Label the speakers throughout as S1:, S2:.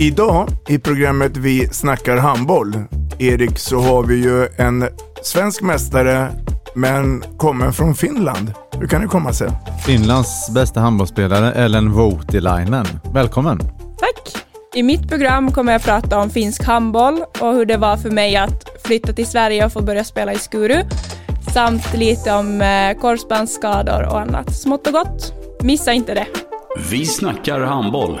S1: Idag i programmet Vi snackar handboll, Erik, så har vi ju en svensk mästare men kommer från Finland. Hur kan det komma sig?
S2: Finlands bästa handbollsspelare Ellen Voutilainen. Välkommen!
S3: Tack! I mitt program kommer jag prata om finsk handboll och hur det var för mig att flytta till Sverige och få börja spela i Skuru. Samt lite om eh, korsbandsskador och annat smått och gott. Missa inte det!
S4: Vi snackar handboll.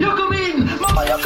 S5: Jag kom in! Mamma, jag